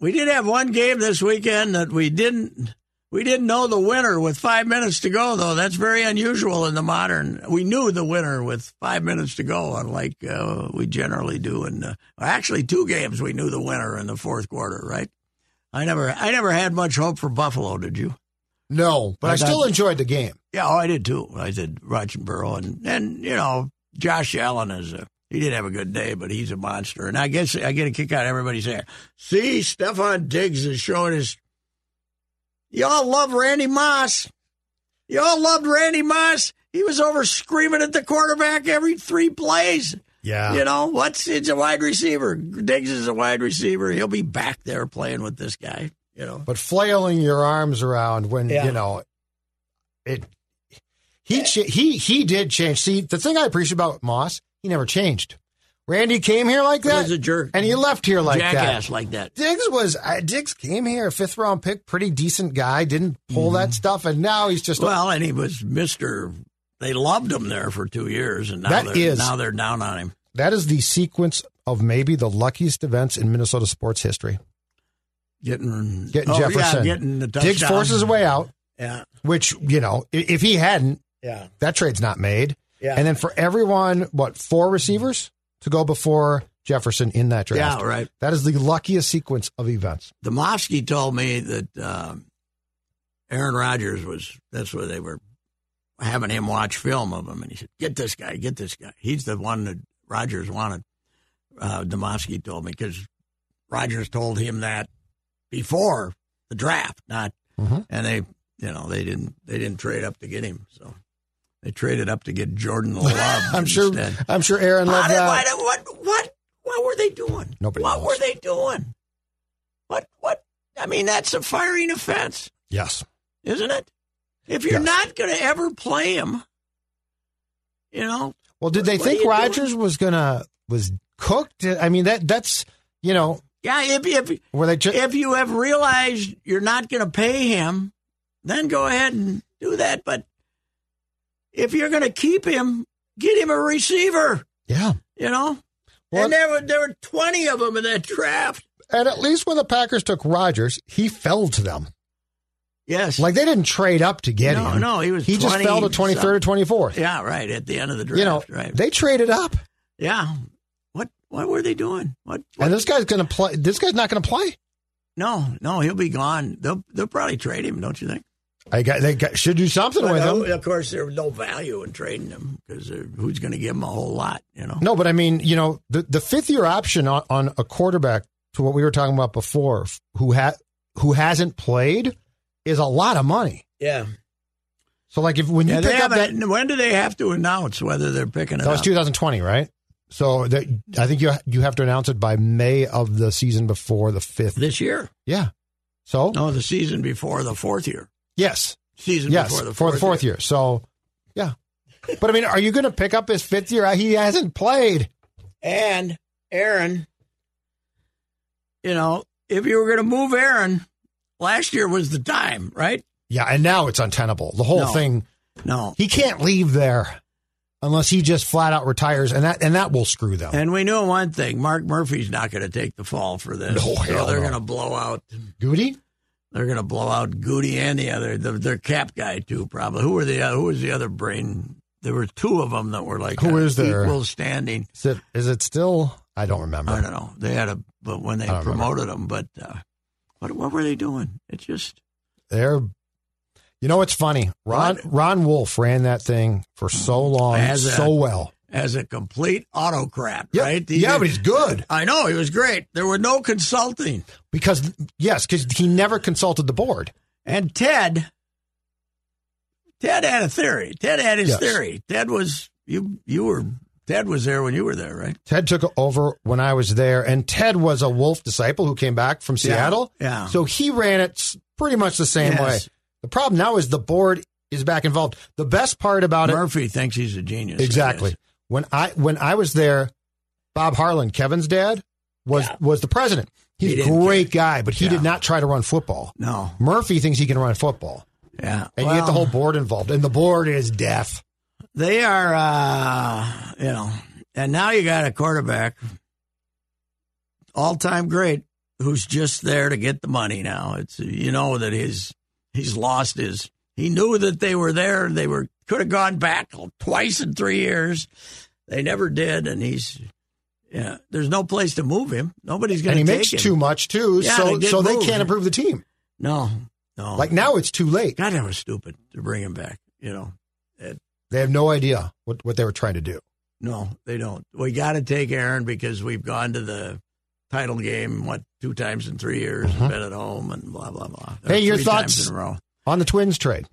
S2: we did have one game this weekend that we didn't we didn't know the winner with five minutes to go though. That's very unusual in the modern. We knew the winner with five minutes to go, unlike uh, we generally do. And uh, actually, two games we knew the winner in the fourth quarter. Right? I never I never had much hope for Buffalo. Did you?
S4: No, but I,
S2: I thought-
S4: still enjoyed the game.
S2: Yeah, oh, I did too. I did Rochenborough, and and you know Josh Allen is a he did have a good day, but he's a monster. And I guess I get a kick out of everybody saying, "See, Stefan Diggs is showing his." Y'all love Randy Moss. Y'all loved Randy Moss. He was over screaming at the quarterback every three plays.
S4: Yeah.
S2: You know what's? It's a wide receiver. Diggs is a wide receiver. He'll be back there playing with this guy. You know.
S4: But flailing your arms around when
S2: Yeah.
S4: you know it, he cha- he he did change. See, the thing I appreciate about Moss, he never changed. Randy came here like
S2: He
S4: that,
S2: was a jerk.
S4: and he left here like
S2: Jackass
S4: that.
S2: like that.
S4: Diggs was uh, Diggs came here, a fifth round pick, pretty decent guy, didn't pull
S2: Mm-hmm.
S4: that stuff, and now he's just
S2: Well, and he was Mister. They loved him there for two years, and now
S4: That
S2: they're
S4: is-
S2: now they're down on him.
S4: that is the sequence of maybe the luckiest events in Minnesota sports history.
S2: Getting
S4: Getting
S2: oh,
S4: Jefferson,
S2: yeah, getting the touchdown.
S4: Diggs forces a way out,
S2: Yeah,
S4: which you know i- if he hadn't,
S2: yeah,
S4: that trade's not made.
S2: yeah.
S4: And then for everyone, what four receivers to go before Jefferson in that draft?
S2: Yeah, right.
S4: That is the luckiest sequence of events.
S2: the Mosky told me that um Aaron Rodgers was. That's where they were having him watch film of him, and he said, "Get this guy, get this guy. He's the one that Rodgers wanted." Uh, Demosky told me because Rodgers told him that before the draft, not
S4: Mm-hmm.
S2: and they you know they didn't they didn't trade up to get him so they traded up to get jordan love
S4: [laughs] I'm sure.
S2: instead.
S4: I'm sure Aaron
S2: How
S4: loved
S2: did- why
S4: that.
S2: did- what what what were they doing
S4: Nobody
S2: what
S4: knows.
S2: were they doing what what i mean that's a firing offense
S4: Yes.
S2: isn't it if you're
S4: Yes.
S2: not going to ever play him you know
S4: Well, did they
S2: What are
S4: think
S2: you doing?
S4: Rodgers was gonna was cooked? I mean, that that's you know
S2: yeah if if
S4: were they just
S2: if you have realized you're not going to pay him, then go ahead and do that. But if you're going to keep him, get him a receiver.
S4: yeah.
S2: You know,
S4: Well-
S2: and there were there were twenty of them in that draft.
S4: And at least when the Packers took Rodgers, he fell to them.
S2: Yes,
S4: Like they didn't trade up to get
S2: No,
S4: him.
S2: no, he was
S4: he just
S2: 20
S4: fell to twenty third or twenty fourth.
S2: yeah, right at the end of the draft.
S4: You know,
S2: right?
S4: they traded up,
S2: yeah. What what were they doing? What, what
S4: and this guy's gonna play. This guy's not gonna play.
S2: No, no, he'll be gone. They'll they'll probably trade him, don't you think?
S4: I got, they got, should do something with
S2: But,
S4: him.
S2: uh, of course, there's no value in trading him because who's going to give him a whole lot? You know.
S4: No, but I mean, you know, the, the fifth year option on, on a quarterback to what we were talking about before, f- who ha- who hasn't played, is a lot of money.
S2: Yeah.
S4: So like if when you
S2: Yeah, they
S4: pick up that
S2: haven't- when do they have to announce whether they're picking it
S4: that was
S2: up?
S4: 2020, right? So that I think you you have to announce it by May of the season before the fifth.
S2: this year?
S4: Yeah. So
S2: No, the season before the fourth year.
S4: yes,
S2: Season
S4: yes,
S2: before the
S4: for
S2: fourth,
S4: the fourth year. So yeah, but I mean, are you going to pick up his fifth year? He hasn't played.
S2: And Aaron, you know, if you were going to move Aaron, last year was the time, right?
S4: Yeah, and now it's untenable. The whole
S2: No.
S4: thing.
S2: No.
S4: He can't leave there unless he just flat out retires, and that and that will screw them.
S2: And we knew one thing: Mark Murphy's not going to take the fall for this.
S4: No,
S2: So
S4: hell
S2: they're
S4: no.
S2: going to blow out.
S4: Goody,
S2: They're going to blow out Goody and the other, the, their cap guy too, probably. Who were the uh, who was the other brain? There were two of them that were like
S4: Who
S2: uh,
S4: is there?
S2: equal standing.
S4: is it is it still? I don't
S2: I
S4: remember.
S2: don't know. They had a, but when they
S4: I don't
S2: promoted them, but uh, what what were they doing? It's just
S4: They're, you know, what's funny. Ron
S2: What?
S4: Ron Wolf ran that thing for so long,
S2: As a-
S4: so well.
S2: as a complete autocrat,
S4: Yeah,
S2: right? He
S4: yeah,
S2: did-
S4: but he's good
S2: I know he was great. There were no consulting,
S4: because yes, because he never consulted the board.
S2: and Ted. Ted had a theory. Ted had his
S4: Yes.
S2: theory. Ted was you. You were Ted was there when you were there, right?
S4: Ted took over when I was there, and Ted was a Wolf disciple who came back from Seattle.
S2: yeah.
S4: So he ran it s- pretty much the same
S2: Yes.
S4: way. The problem now is the board is back involved. The best part about it,
S2: Murphy thinks he's a genius.
S4: Exactly. When I when I was there, Bob Harlan, Kevin's dad, was was the president. He's
S2: He
S4: a
S2: didn't
S4: great guy, but he
S2: Yeah.
S4: did not try to run football.
S2: No.
S4: Murphy thinks he can run football.
S2: Yeah.
S4: and you get
S2: Well,
S4: the whole board involved, and the board is deaf.
S2: They are, uh, you know, and now you got a quarterback, all time great, who's just there to get the money. Now it's you know that his he's lost his. He knew that they were there. They were could have gone back twice in three years. They never did, and he's yeah. There's no place to move him. Nobody's going
S4: And
S2: to
S4: he
S2: take
S4: makes
S2: him.
S4: too much too,
S2: Yeah,
S4: so
S2: they did
S4: so they
S2: move. Oh.
S4: can't approve the team.
S2: No, no.
S4: Like now, it's too late.
S2: God, that was stupid to bring him back. You know,
S4: They have no idea what, what they were trying to do.
S2: No, they don't. We got to take Aaron because we've gone to the title game what two times in three years, and been at home, and blah blah blah. Or
S4: Hey, your
S2: three
S4: thoughts?
S2: times in a row?
S4: On the Twins trade,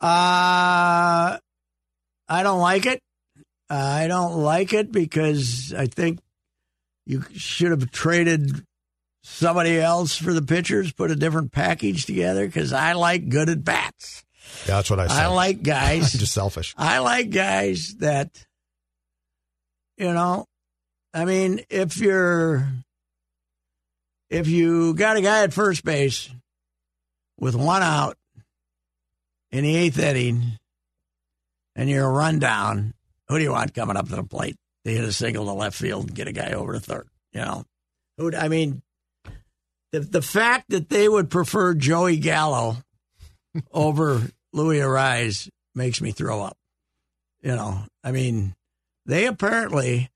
S2: Uh, I don't like it. Uh, I don't like it because I think you should have traded somebody else for the pitchers, put a different package together. Because I like good at bats.
S4: yeah, that's what I said.
S2: I like
S4: I'm
S2: guys
S4: [laughs] just selfish.
S2: I like guys that, you know, I mean, if you're, if you got a guy at first base with one out in the eighth inning and you're a rundown, who do you want coming up to the plate? They hit a single to left field and get a guy over to third, you know? Who, I mean, the, the fact that they would prefer Joey Gallo over Louis Arise makes me throw up. You know, I mean, they apparently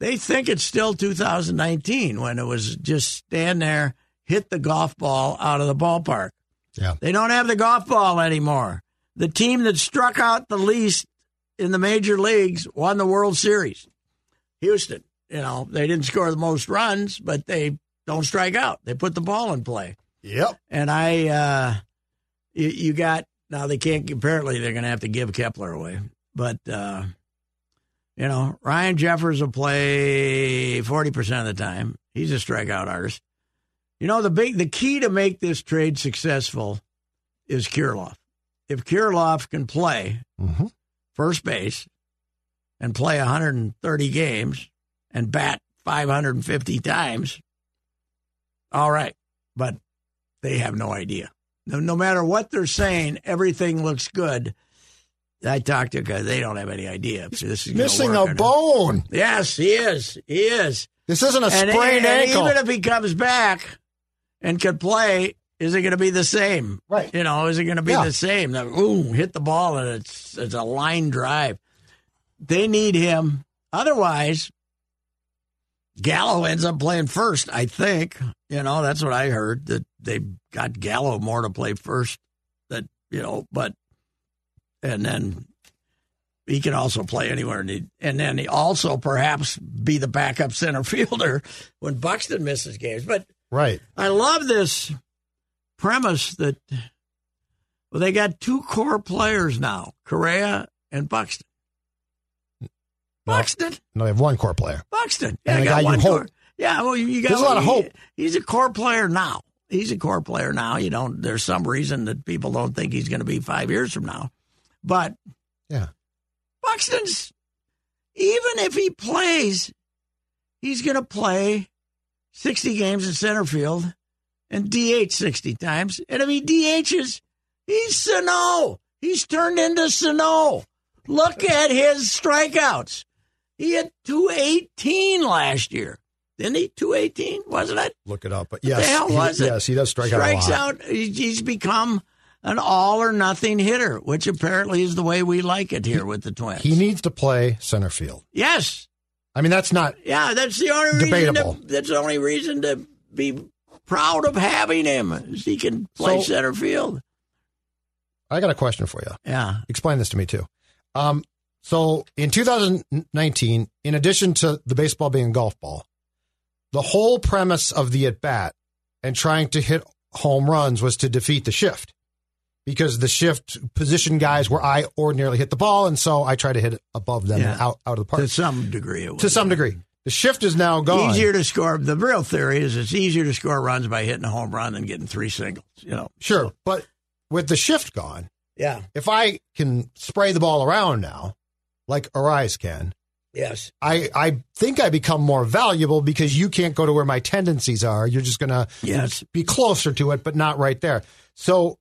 S2: they think it's still 2019 when it was just stand there, hit the golf ball out of the ballpark.
S4: Yeah.
S2: They don't have the golf ball anymore. The team that struck out the least in the major leagues won the World Series. Houston, you know, they didn't score the most runs, but they don't strike out. They put the ball in play
S4: Yep.
S2: and I, uh, you, you got now they can't. Apparently, they're going to have to give Kepler away, but uh, you know Ryan Jeffers will play forty percent of the time. He's a strikeout artist. You know the big the key to make this trade successful is Kirilov. If Kirilov can play
S4: Mhm.
S2: first base and play 130 games and bat 550 times, all right. But they have no idea. No, no matter what they're saying, everything looks good. I talked to a guy; they don't have any idea. If this is gonna
S4: Missing
S2: work or
S4: a
S2: not.
S4: bone.
S2: Yes, he is. He is.
S4: This isn't a
S2: And,
S4: sprained
S2: and
S4: ankle.
S2: even if he comes back and can play, is it going to be the same?
S4: Right.
S2: You know, is it going to be
S4: Yeah.
S2: the same? That, ooh, hit the ball and it's it's a line drive. They need him. Otherwise, Gallo ends up playing first. I think. You know, that's what I heard that they got Gallo more to play first. That you know, but and then he can also play anywhere. And, he, and then he also perhaps be the backup center [laughs] fielder when Buxton misses games. But
S4: right.
S2: I love this premise that well, they got two core players now, Correa and Buxton.
S4: No.
S2: Buxton,
S4: No, they have one core player.
S2: Buxton.
S4: And
S2: Yeah,
S4: the
S2: got
S4: guy you
S2: one
S4: hope.
S2: core. Yeah, well, you you got
S4: There's a lot of
S2: he-
S4: hope.
S2: He's a core player now. He's a core player now. You don't. There's some reason that people don't think he's going to be five years from now, but
S4: Yeah.
S2: Buxton's even if he plays, he's going to play 60 games in center field and DH 60 times. And if he DHs, he's Sano. He's turned into Sano.
S4: [laughs]
S2: Look at his strikeouts. He had 218 last year. Didn't he? 218, wasn't it?
S4: Look it up. But
S2: the
S4: yes,
S2: hell
S4: he-
S2: was it?
S4: yes, he does strike
S2: Strikes
S4: out
S2: out.
S4: a lot.
S2: he- He's become an all or nothing hitter, which apparently is the way we like it here with the Twins.
S4: He needs to play center field.
S2: yes,
S4: I mean, that's not
S2: yeah, that's the only
S4: Debatable.
S2: reason. To, that's the only reason to be proud of having him. Is he can play
S4: So-
S2: center field.
S4: I got a question for you.
S2: Yeah,
S4: Explain this to me too. Um, so in 2019, in addition to the baseball being a golf ball, the whole premise of the at bat and trying to hit home runs was to defeat the shift because the shift position guys where I ordinarily hit the ball, and so I try to hit it above them and
S2: Yeah.
S4: out out of the park
S2: to some degree. It was.
S4: to some degree. The shift is now gone.
S2: Easier to score. The real theory is it's easier to score runs by hitting a home run than getting three singles. You know.
S4: sure, but with the shift gone,
S2: Yeah.
S4: if I can spray the ball around now, like Arise can,
S2: Yes.
S4: I, I think I become more valuable because you can't go to where my tendencies are. You're just going to
S2: Yes.
S4: be closer to it, but not right there. So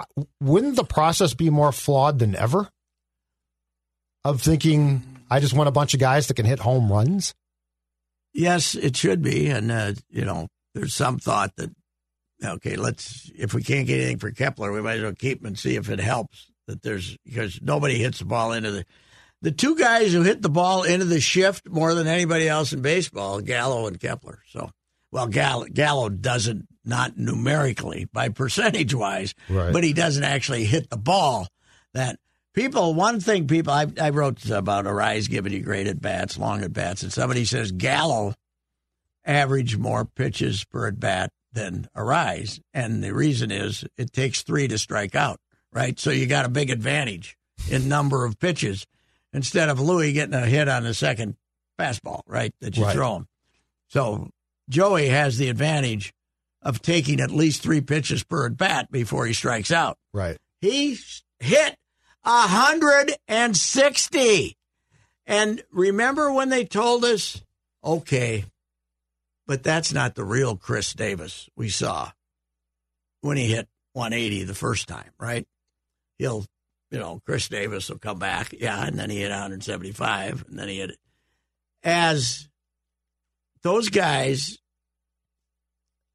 S4: uh, wouldn't the process be more flawed than ever? Of thinking, I just want a bunch of guys that can hit home runs.
S2: Yes, it should be, and uh, you know, there's some thought that okay, let's if we can't get anything for Kepler, we might as well keep him and see if it helps. That there's because nobody hits the ball into the the two guys who hit the ball into the shift more than anybody else in baseball, Gallo and Kepler. So, well, Gallo, Gallo doesn't not numerically by percentage wise,
S4: Right.
S2: but he doesn't actually hit the ball. That people, one thing people, I, I wrote about Arise giving you great at bats, long at bats, and somebody says Gallo average more pitches per at bat than arise. And the reason is it takes three to strike out, right? So you got a big advantage in number of pitches instead of Louis getting a hit on the second fastball, right? That you
S4: Right.
S2: throw him. So Joey has the advantage of taking at least three pitches per at bat before he strikes out.
S4: Right.
S2: He hit 160. And remember when they told us, okay, but that's not the real Chris Davis we saw when he hit 180 the first time, right? He'll, you know, Chris Davis will come back. Yeah. And then he hit 175. And then he hit it. As those guys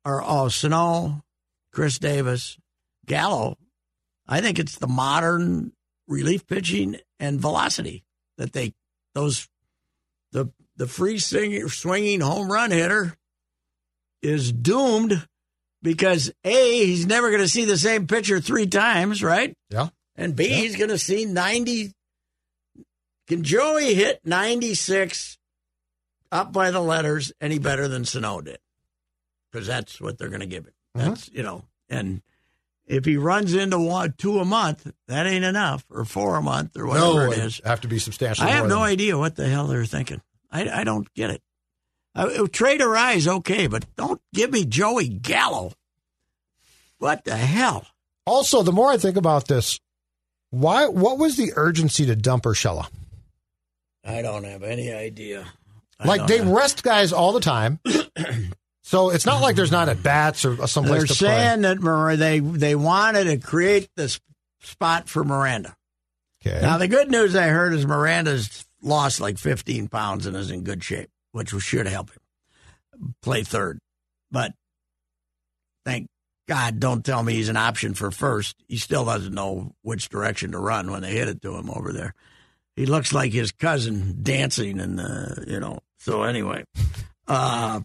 S2: are all Snow, Chris Davis, Gallo I think it's the modern relief pitching and velocity that they those the the free sing, swinging home run hitter is doomed because a he's never going to see the same pitcher three times, right?
S4: Yeah.
S2: And b he's going to see ninety. Can Joey hit ninety six up by the letters any better than Sano did? Because that's what they're going to give him.
S4: Uh-huh.
S2: That's you know and if he runs into one, two a month, that ain't enough, or four a month, or whatever it is.
S4: have to be substantially.
S2: I have
S4: more
S2: no
S4: than-
S2: idea what the hell they're thinking. I, I don't get it. I, trade or eyes, okay, but don't give me Joey Gallo. What the hell?
S4: Also, the more I think about this, why? What was the urgency to dump Urshela?
S2: I don't have any idea. I
S4: Like
S2: don't
S4: they
S2: know.
S4: rest guys all
S2: [clears throat]
S4: the time, so it's not like there's not at bats or someplace
S2: they're
S4: to
S2: saying that Mir- they they wanted to create this spot for Miranda.
S4: play. Okay.
S2: Now the good news I heard is Miranda's lost like 15 pounds and is in good shape, which should help him play third. But thank God, don't tell me he's an option for first. He still doesn't know which direction to run when they hit it to him over there. He looks like his cousin dancing, and uh, you know. So anyway, uh,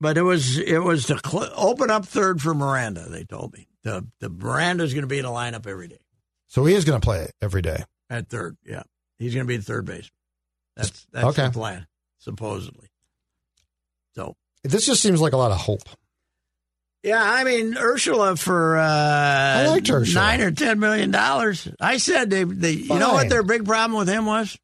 S2: but it was it was to cl- open up third for Miranda. They told me the the Miranda's going to be in the lineup every day.
S4: so he is going to play every day.
S2: At third, yeah. He's going to be the third baseman. That's that's
S4: Okay.
S2: the plan, supposedly. So
S4: This just seems like a lot of hope.
S2: yeah, I mean Ursula for uh, I
S4: liked Ursula.
S2: nine or ten million dollars. I said they, they you know what
S4: Fine.
S2: their big problem with him was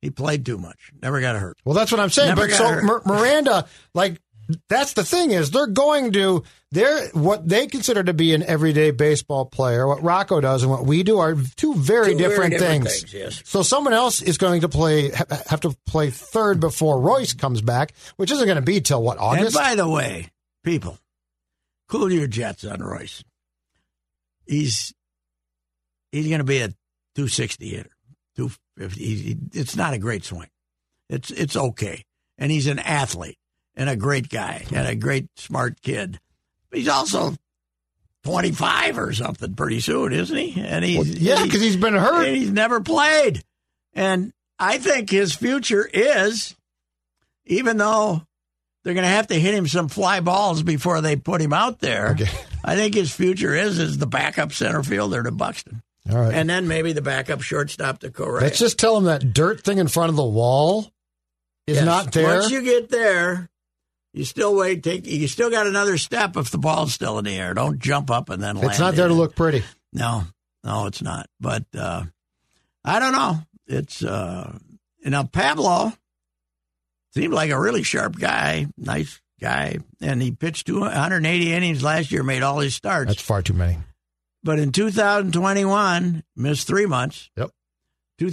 S2: he played too much, never got hurt.
S4: Well, that's what I'm saying.
S2: Never
S4: but
S2: got
S4: so
S2: hurt.
S4: Mir- Miranda, like, that's the thing is they're going to they're what they consider to be an everyday baseball player. What Rocco does and what we do are two very
S2: Two very
S4: different,
S2: different
S4: things.
S2: things, yes.
S4: So someone else is going to play ha- have to play third before Royce comes back, which isn't going to be till what
S2: And
S4: August.
S2: by the way, people, cool your jets on Royce. He's he's going to be a 260 hitter. 250. He- he- It's not a great swing. It's it's okay. And he's an athlete and a great guy and a great smart kid. But he's also 25 or something pretty soon, isn't he? And he's
S4: Well, yeah,
S2: and
S4: because he's been hurt.
S2: and he's never played. And I think his future is, even though they're going to have to hit him some fly balls before they put him out there.
S4: Okay.
S2: I think his future is is the backup center fielder to Buxton,
S4: All right.
S2: and then maybe the backup shortstop to Correa.
S4: Let's just tell him that dirt thing in front of the wall is
S2: Yes.
S4: not there.
S2: Once you get there, you still wait. Take you still got another step if the ball's still in the air. Don't jump up and then land.
S4: it's not there
S2: in
S4: to
S2: it.
S4: look pretty.
S2: No, no, it's not. But uh, I don't know. It's uh, you know Pablo seemed like a really sharp guy, nice guy, and he pitched 180 innings last year, made all his starts.
S4: That's far too many.
S2: but in 2021, missed three months.
S4: Yep.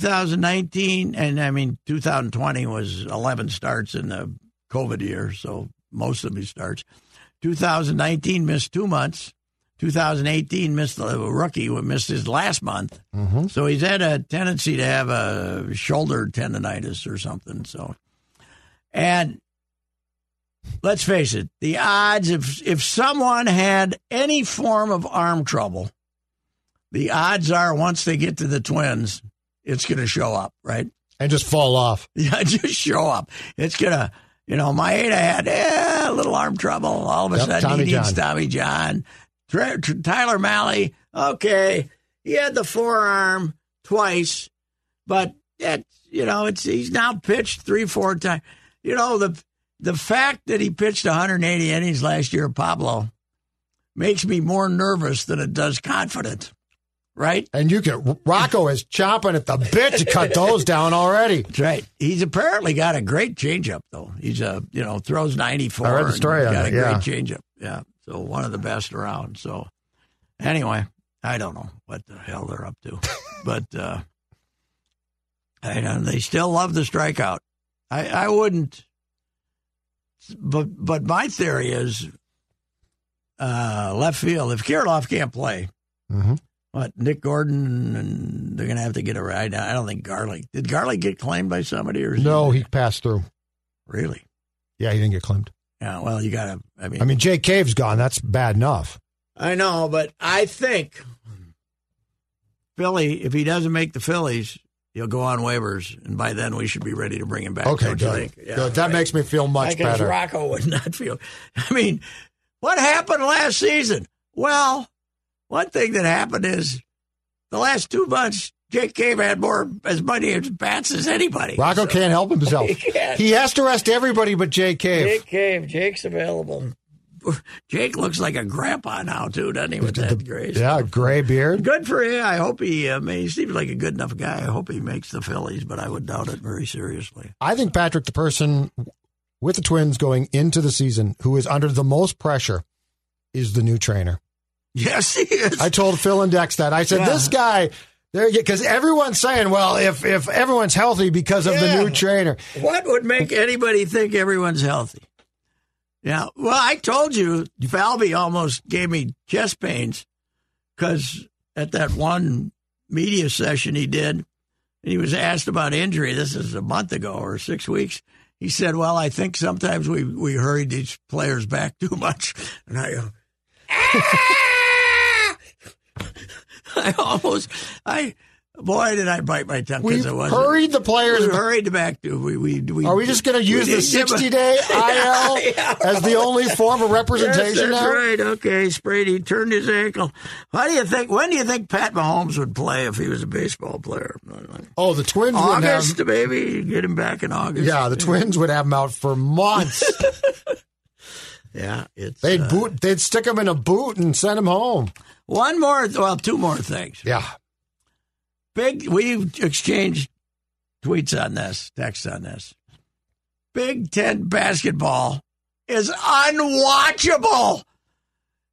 S2: 2019 and I mean 2020 was 11 starts in the COVID year, so most of his starts. 2019 missed two months. 2018 missed the rookie missed his last month, so he's had a tendency to have a shoulder tendonitis or something. So, and let's face it, the odds if if someone had any form of arm trouble, the odds are once they get to the Twins, it's going to show up, right? [laughs]
S4: and just fall off.
S2: Yeah, just show up. It's gonna, you know, Maeda had eh, a little arm trouble. All of a
S4: Yep,
S2: sudden,
S4: Tommy
S2: he needs
S4: John.
S2: Tommy John. Tra- Tr- Tyler Malley, okay, he had the forearm twice, but that you know, it's he's now pitched three, four times. You know the the fact that he pitched 180 innings last year, Pablo, makes me more nervous than it does confident, right?
S4: And you can Rocco is chomping at the bit to cut those down already.
S2: That's right. He's apparently got a great changeup, though. He's a you know throws ninety four.
S4: I read the story on
S2: Got
S4: it,
S2: a
S4: yeah.
S2: great changeup. Yeah. So one of the best around. So anyway, I don't know what the hell they're up to, [laughs] but uh, I don't. They still love the strikeout. I I wouldn't. But but my theory is, uh, left field. If Kirilov can't play,
S4: Mhm.
S2: what Nick Gordon and they're going to have to get a ride. I don't think Garlic did. Garlic get claimed by somebody or is
S4: No, he passed through.
S2: really.
S4: Yeah, he didn't get claimed.
S2: Yeah, well, you got to. I mean,
S4: I mean, Jay Cave's gone. That's bad enough.
S2: I know, but I think Philly. If he doesn't make the Phillies, he'll go on waivers, and by then we should be ready to bring him back.
S4: Okay,
S2: don't you
S4: good.
S2: think? Yeah,
S4: good. That
S2: right.
S4: makes me feel much
S2: Because
S4: better.
S2: Rocco would not feel. I mean, what happened last season? Well, one thing that happened is the last two months, Jake Cave had more as many as bats as anybody.
S4: Rocco
S2: So-
S4: can't help
S2: [laughs]
S4: himself.
S2: He can't.
S4: He has to rest everybody but Jay Cave.
S2: Jake Cave, Jake's available. [laughs] Jake looks like a grandpa now too, doesn't he? With that gray
S4: yeah, gray beard.
S2: Good for him. I hope he. I mean, he seems like a good enough guy. I hope he makes the Phillies, but I would doubt it very seriously. [laughs]
S4: I think Patrick, the person with the Twins going into the season who is under the most pressure, is the new trainer.
S2: Yes, he is.
S4: I told Phil and Dex that. I said,
S2: Yeah.
S4: this guy, there you because everyone's saying, well, if, if everyone's healthy because of
S2: Yeah.
S4: the new trainer.
S2: what would make anybody think everyone's healthy? Yeah. Well, I told you, Falvey almost gave me chest pains because at that one media session he did, and he was asked about injury. This is a month ago or six weeks. He said, "Well, I think sometimes we we hurried these players back [laughs] too much," and I [laughs] go, "Ah!" I almost, I, boy, did I bite my tongue
S4: We've
S2: because it wasn't.
S4: hurried the players.
S2: We hurried back to we. we, we
S4: Are we just going to use
S2: we
S4: the
S2: didn't give a- [laughs]
S4: 60 day IL
S2: Yeah,
S4: as the only form of
S2: Yes,
S4: representation
S2: that's
S4: now?
S2: right. Okay, Sprady turned his ankle. Why do you think? When do you think Pat Mahomes would play if he was a baseball player?
S4: Oh, the Twins would have.
S2: August, maybe. Get him back in August.
S4: Yeah, the Twins would have him out
S2: [laughs]
S4: for months.
S2: Yeah, it's
S4: they'd
S2: uh,
S4: boot, they'd stick him in a boot and send him home.
S2: one more. Well, two more things.
S4: Yeah,
S2: Big. We exchanged tweets on this, texts on this. Big Ten basketball is unwatchable.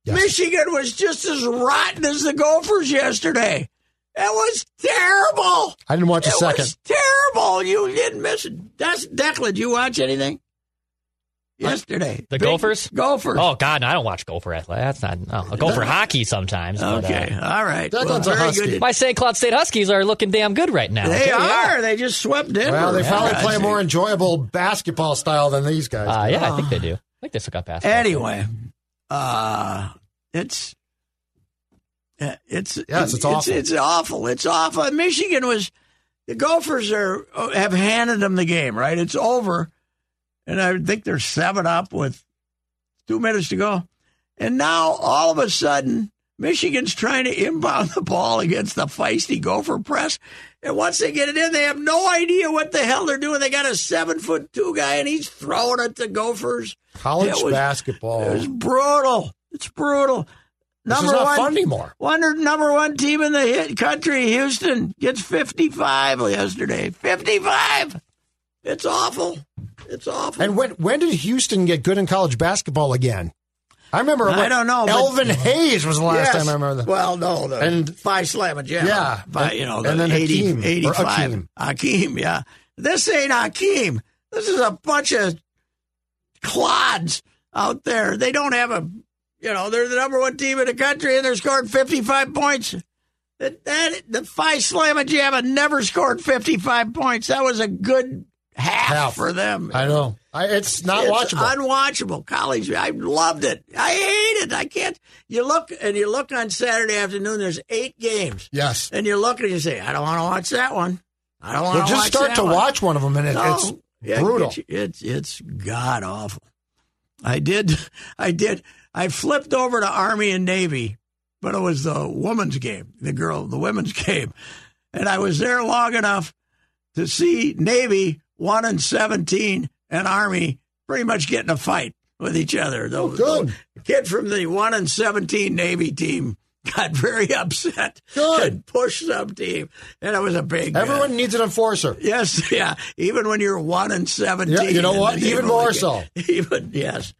S4: Yes.
S2: Michigan was just as rotten as the Gophers yesterday. It was terrible.
S4: I didn't watch a
S2: it
S4: second.
S2: was terrible. You didn't miss it. That's Declan. Did you watch anything yesterday?
S5: The
S2: Big-
S5: Gophers?
S2: Gophers.
S5: Oh God, no, I don't watch Gopher athletics. That's not no. I go for hockey sometimes. but, uh,
S2: okay. All right.
S4: Declan's a
S2: very
S4: Husky.
S2: good.
S5: my St. Cloud State Huskies are looking damn good right now.
S2: They
S5: Yeah.
S2: are. They just swept Denver.
S4: Well, they probably
S2: Yeah, I
S4: play
S2: see.
S4: more enjoyable basketball style than these guys.
S5: Uh,
S4: do.
S5: yeah, I think
S2: Oh.
S5: they do. I think they still got past.
S2: Anyway, uh, it's uh, it's
S4: Yes, it's awful.
S2: It's, awful. It's awful. And Michigan was the Gophers are have handed them the game. Right, it's over, and I think they're seven up with two minutes to go, and now all of a sudden. Michigan's trying to inbound the ball against the feisty Gopher press, and once they get it in, they have no idea what the hell they're doing. They got a seven foot two guy, and he's throwing it to Gophers.
S4: College
S2: It was-
S4: basketball.
S2: It's brutal. It's brutal.
S4: this is
S2: Number
S4: not
S2: one,
S4: fun anymore.
S2: wonder- number one team in the hit country, Houston, gets 55 yesterday. 55. It's awful. It's awful.
S4: And when when did Houston get good in college basketball again? I remember.
S2: I
S4: when
S2: don't know, but-
S4: Elvin Hayes was the last
S2: Yes.
S4: time I remember that.
S2: Well, no, the
S4: And-
S2: five slam a jam.
S4: Yeah.
S2: By, you know, the
S4: And then
S2: 80,
S4: Hakeem, or
S2: 85.
S4: Akeem.
S2: Hakeem, yeah. This ain't Hakeem. This is a bunch of clods out there. They don't have a You know, they're the number one team in the country, and they're scoring 55 points. That, that the five slamma jamma never scored 55 points. That was a good half,
S4: Half.
S2: for them.
S4: I know. I, it's not
S2: It's
S4: watchable.
S2: Unwatchable. College, I loved it. I hate it. I can't. You look and you look on Saturday afternoon. There's eight games,
S4: yes.
S2: and you look and you say, I don't want to watch that one. I don't want
S4: Well,
S2: to
S4: just
S2: watch
S4: start
S2: that
S4: to
S2: one.
S4: watch one of them, and it,
S2: No.
S4: it's
S2: Yeah,
S4: brutal.
S2: It's it's, it's god awful. I did [laughs] I did I flipped over to Army and Navy, but it was the women's game, the girl, the women's [laughs] game, and I was there long enough to see Navy one and seventeen and Army pretty much get in a fight with each other. The,
S4: Oh, good.
S2: the kid from the one and seventeen Navy team [laughs] got very upset
S4: Good.
S2: and pushed some team, and it was a big uh,
S4: Everyone needs an enforcer.
S2: Yes, [laughs] yeah. Even when you're one and seventeen,
S4: Yeah, you know
S2: in the
S4: what?
S2: name
S4: Even
S2: of
S4: more
S2: the
S4: so.
S2: game. [laughs] Even yes,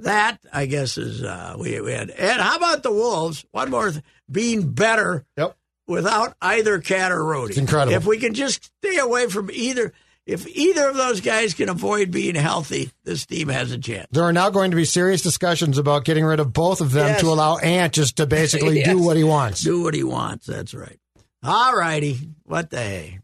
S2: that I guess is uh, we we had. And how about the Wolves? One more th- being better
S4: Yep.
S2: without either Cat or Rhodey.
S4: It's incredible.
S2: If we can just stay away from either, if either of those guys can avoid being healthy, this team has a chance.
S4: There are now going to be serious discussions about getting rid of both of them
S2: Yes.
S4: to allow Ant just to
S2: [laughs]
S4: basically
S2: Yes.
S4: do what he wants.
S2: Do what he wants. That's right. All righty. What the hey.